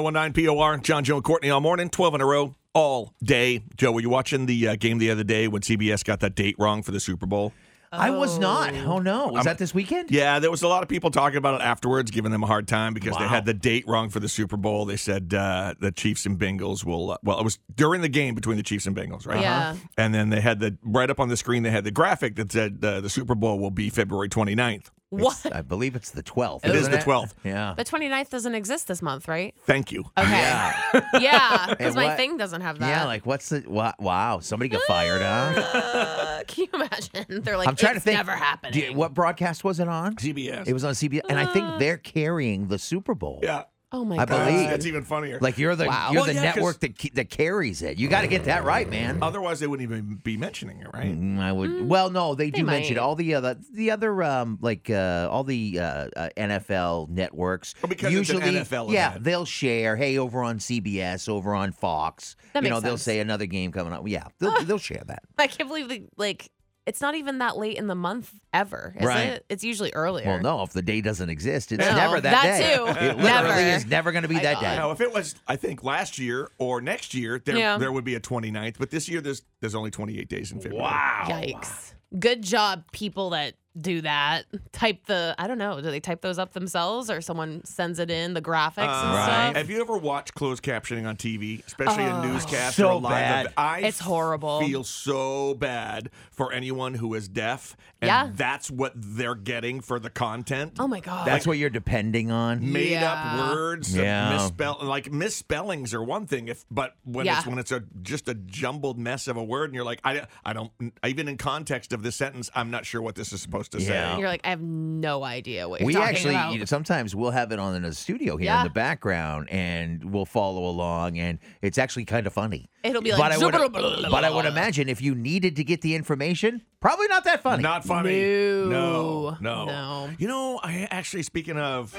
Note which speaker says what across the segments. Speaker 1: 1019 POR, John, Joe, and Courtney all morning, 12 in a row, all day. Joe, were you watching the uh, game the other day when CBS got that date wrong for the Super Bowl?
Speaker 2: I was not. Oh no, was
Speaker 1: I'm-
Speaker 2: that this weekend?
Speaker 1: Yeah, there was a lot of people talking about it afterwards, giving them a hard time because they
Speaker 2: Wow.
Speaker 1: had the date wrong for the Super Bowl. They said uh, the Chiefs and Bengals will, uh, well, it was during the game between the Chiefs and Bengals, right?
Speaker 3: Yeah. Uh-huh.
Speaker 1: And then they had the, right up on the screen, they had the graphic that said uh, the Super Bowl will be February 29th.
Speaker 3: What?
Speaker 2: I believe it's the 12th.
Speaker 1: It is
Speaker 2: isn't
Speaker 1: the 12th.
Speaker 2: Yeah.
Speaker 3: The 29th doesn't exist this month, right?
Speaker 1: Thank you.
Speaker 2: Uh,
Speaker 3: Okay.
Speaker 2: Yeah.
Speaker 3: Yeah, because
Speaker 2: And
Speaker 3: my
Speaker 2: what-
Speaker 3: thing doesn't have that.
Speaker 2: Yeah, like what's the wha- wow, somebody got fired, huh?
Speaker 3: Uh, can you imagine? They're like,
Speaker 2: I'm trying
Speaker 3: it's
Speaker 2: to think
Speaker 3: never happened.
Speaker 2: Do you- what broadcast was it on?
Speaker 1: CBS.
Speaker 2: It was on CBS and I
Speaker 3: Uh.
Speaker 2: think they're carrying the Super Bowl.
Speaker 1: yeah.
Speaker 3: oh my
Speaker 2: I
Speaker 3: god.
Speaker 2: believe-
Speaker 1: That's even funnier.
Speaker 2: Like you're the
Speaker 3: Wow.
Speaker 2: you're
Speaker 1: Well,
Speaker 2: the
Speaker 1: yeah, 'cause-
Speaker 2: network that ke- that carries it. You got to get that right, man.
Speaker 1: Otherwise, they wouldn't even be mentioning it, right?
Speaker 2: Mm, I would. well, no, they,
Speaker 3: they
Speaker 2: do mention
Speaker 3: might.
Speaker 2: all the other, the other, um, like uh, all the uh, uh, NFL networks.
Speaker 1: Well, Oh, because it's an
Speaker 2: usually,
Speaker 1: NFL
Speaker 2: yeah,
Speaker 1: event.
Speaker 2: they'll share. Hey, over on CBS, over on Fox.
Speaker 3: That
Speaker 2: you know,
Speaker 3: makes
Speaker 2: they'll
Speaker 3: sense. Ah.
Speaker 2: say another game coming up. Yeah, they'll, they'll share that.
Speaker 3: I can't believe the, like it's not even that late in the month ever, is
Speaker 2: Right.
Speaker 3: it? It's usually earlier.
Speaker 2: Well, no, if the day doesn't exist, it's
Speaker 3: No,
Speaker 2: never that,
Speaker 3: that
Speaker 2: day.
Speaker 3: too.
Speaker 2: It literally
Speaker 3: Never.
Speaker 2: is never going to be
Speaker 3: My
Speaker 2: that
Speaker 3: God.
Speaker 2: day.
Speaker 1: Now, if it was, I think last year or next year, there
Speaker 3: Yeah.
Speaker 1: there would be a 29th. But this year, there's there's only 28 days in February.
Speaker 3: Yikes. Good job, people that do that. Type the I don't know, do they type those up themselves or someone sends it in, the graphics and
Speaker 2: Uh, Right.
Speaker 3: stuff?
Speaker 1: Uh,
Speaker 3: Oh,
Speaker 1: Have you ever watched closed captioning on TV, especially in newscasts
Speaker 2: So
Speaker 1: or live?
Speaker 2: bad.
Speaker 1: ev- I
Speaker 3: It's horrible.
Speaker 1: Feel so bad for anyone who is deaf, and
Speaker 3: Yeah.
Speaker 1: that's what they're getting for the content.
Speaker 3: Oh my god.
Speaker 2: That's what you're depending on.
Speaker 1: Made
Speaker 3: Yeah.
Speaker 1: up words,
Speaker 2: Yeah.
Speaker 1: misspell like misspellings are one thing. If but when it's
Speaker 3: Yeah.
Speaker 1: when it's a just a jumbled mess of a word, and you're like, I, I don't even in context of this sentence, I'm not sure what this is supposed to
Speaker 2: Yeah.
Speaker 1: say.
Speaker 3: you're like, I have no idea what you're
Speaker 2: we
Speaker 3: talking
Speaker 2: actually
Speaker 3: about.
Speaker 2: you know, sometimes we'll have it on in the studio here in
Speaker 3: Yeah.
Speaker 2: the background and we'll follow along and it's actually kind of funny
Speaker 3: It'll be
Speaker 2: but
Speaker 3: like,
Speaker 2: I, would, but I would imagine if you needed to get the information probably not that funny
Speaker 1: Not funny.
Speaker 3: No.
Speaker 1: no.
Speaker 3: No.
Speaker 1: You know, I actually speaking of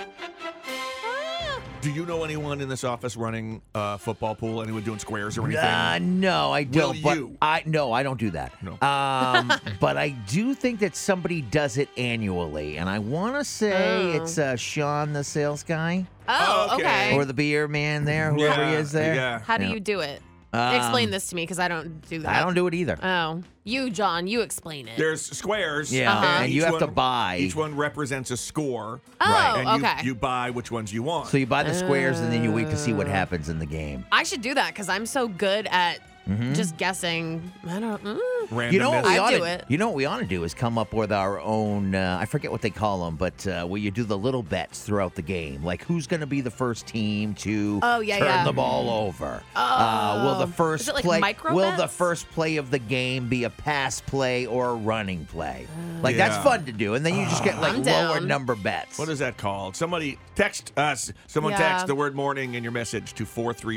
Speaker 1: do you know anyone in this office running uh, football pool? Anyone doing squares or anything?
Speaker 2: Uh, no, I don't. but
Speaker 1: you?
Speaker 2: I no, I don't do that.
Speaker 1: No.
Speaker 2: Um, but I do think that somebody does it annually, and I want to say
Speaker 3: Oh.
Speaker 2: it's uh, Sean, the sales guy,
Speaker 3: Oh,
Speaker 1: Okay.
Speaker 3: okay.
Speaker 2: or the beer man there, whoever he
Speaker 1: Yeah,
Speaker 2: is there.
Speaker 1: Yeah.
Speaker 3: How do
Speaker 2: Yeah.
Speaker 3: you do it?
Speaker 2: Um,
Speaker 3: explain this to me because I don't do that.
Speaker 2: I don't do it either.
Speaker 3: Oh, you, John, you explain it.
Speaker 1: There's squares.
Speaker 2: Yeah,
Speaker 3: Uh-huh.
Speaker 2: and
Speaker 1: each
Speaker 2: you have to
Speaker 1: one-
Speaker 2: buy.
Speaker 1: Each one represents a score.
Speaker 3: Oh,
Speaker 1: right. And you,
Speaker 3: okay.
Speaker 1: you buy which ones you want.
Speaker 2: So you buy the squares and then you wait to see
Speaker 3: Uh.
Speaker 2: what happens in the game.
Speaker 3: I should do that because I'm so good at
Speaker 2: Mm-hmm.
Speaker 3: just guessing. I don't. Mm.
Speaker 1: Randomness.
Speaker 2: You know what we
Speaker 3: I'd
Speaker 2: ought
Speaker 3: do
Speaker 2: to
Speaker 3: it.
Speaker 2: you know what we ought to do is come up with our own. Uh, I forget what they call them, but uh, where you do the little bets throughout the game, like who's going to be the first team to
Speaker 3: Oh, yeah,
Speaker 2: turn
Speaker 3: yeah.
Speaker 2: the ball over. Uh, will
Speaker 3: Oh.
Speaker 2: the first
Speaker 3: Is it like
Speaker 2: play
Speaker 3: micro
Speaker 2: will the
Speaker 3: bets?
Speaker 2: first play of the game be a pass play or a running play? Like
Speaker 1: Yeah.
Speaker 2: that's fun to do, and then you just get like
Speaker 3: Oh. I'm
Speaker 2: lower
Speaker 3: down.
Speaker 2: number bets.
Speaker 1: What is that called? Somebody text us. Someone
Speaker 3: Yeah.
Speaker 1: text the word morning in your message to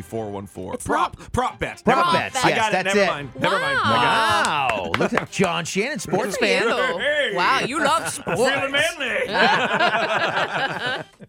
Speaker 1: 43414.
Speaker 3: It's
Speaker 1: prop
Speaker 3: not-
Speaker 1: prop bets.
Speaker 2: Prop
Speaker 1: Never mind.
Speaker 2: bets,
Speaker 1: I
Speaker 2: yes,
Speaker 1: got it.
Speaker 2: that's
Speaker 1: Never
Speaker 2: it.
Speaker 1: mind. Never mind.
Speaker 3: Wow.
Speaker 2: Wow! Look at John Shannon, sports
Speaker 3: Good
Speaker 2: fan.
Speaker 3: for you.
Speaker 1: Hey.
Speaker 3: Wow, you love sports.
Speaker 1: I got it. Feeling manly.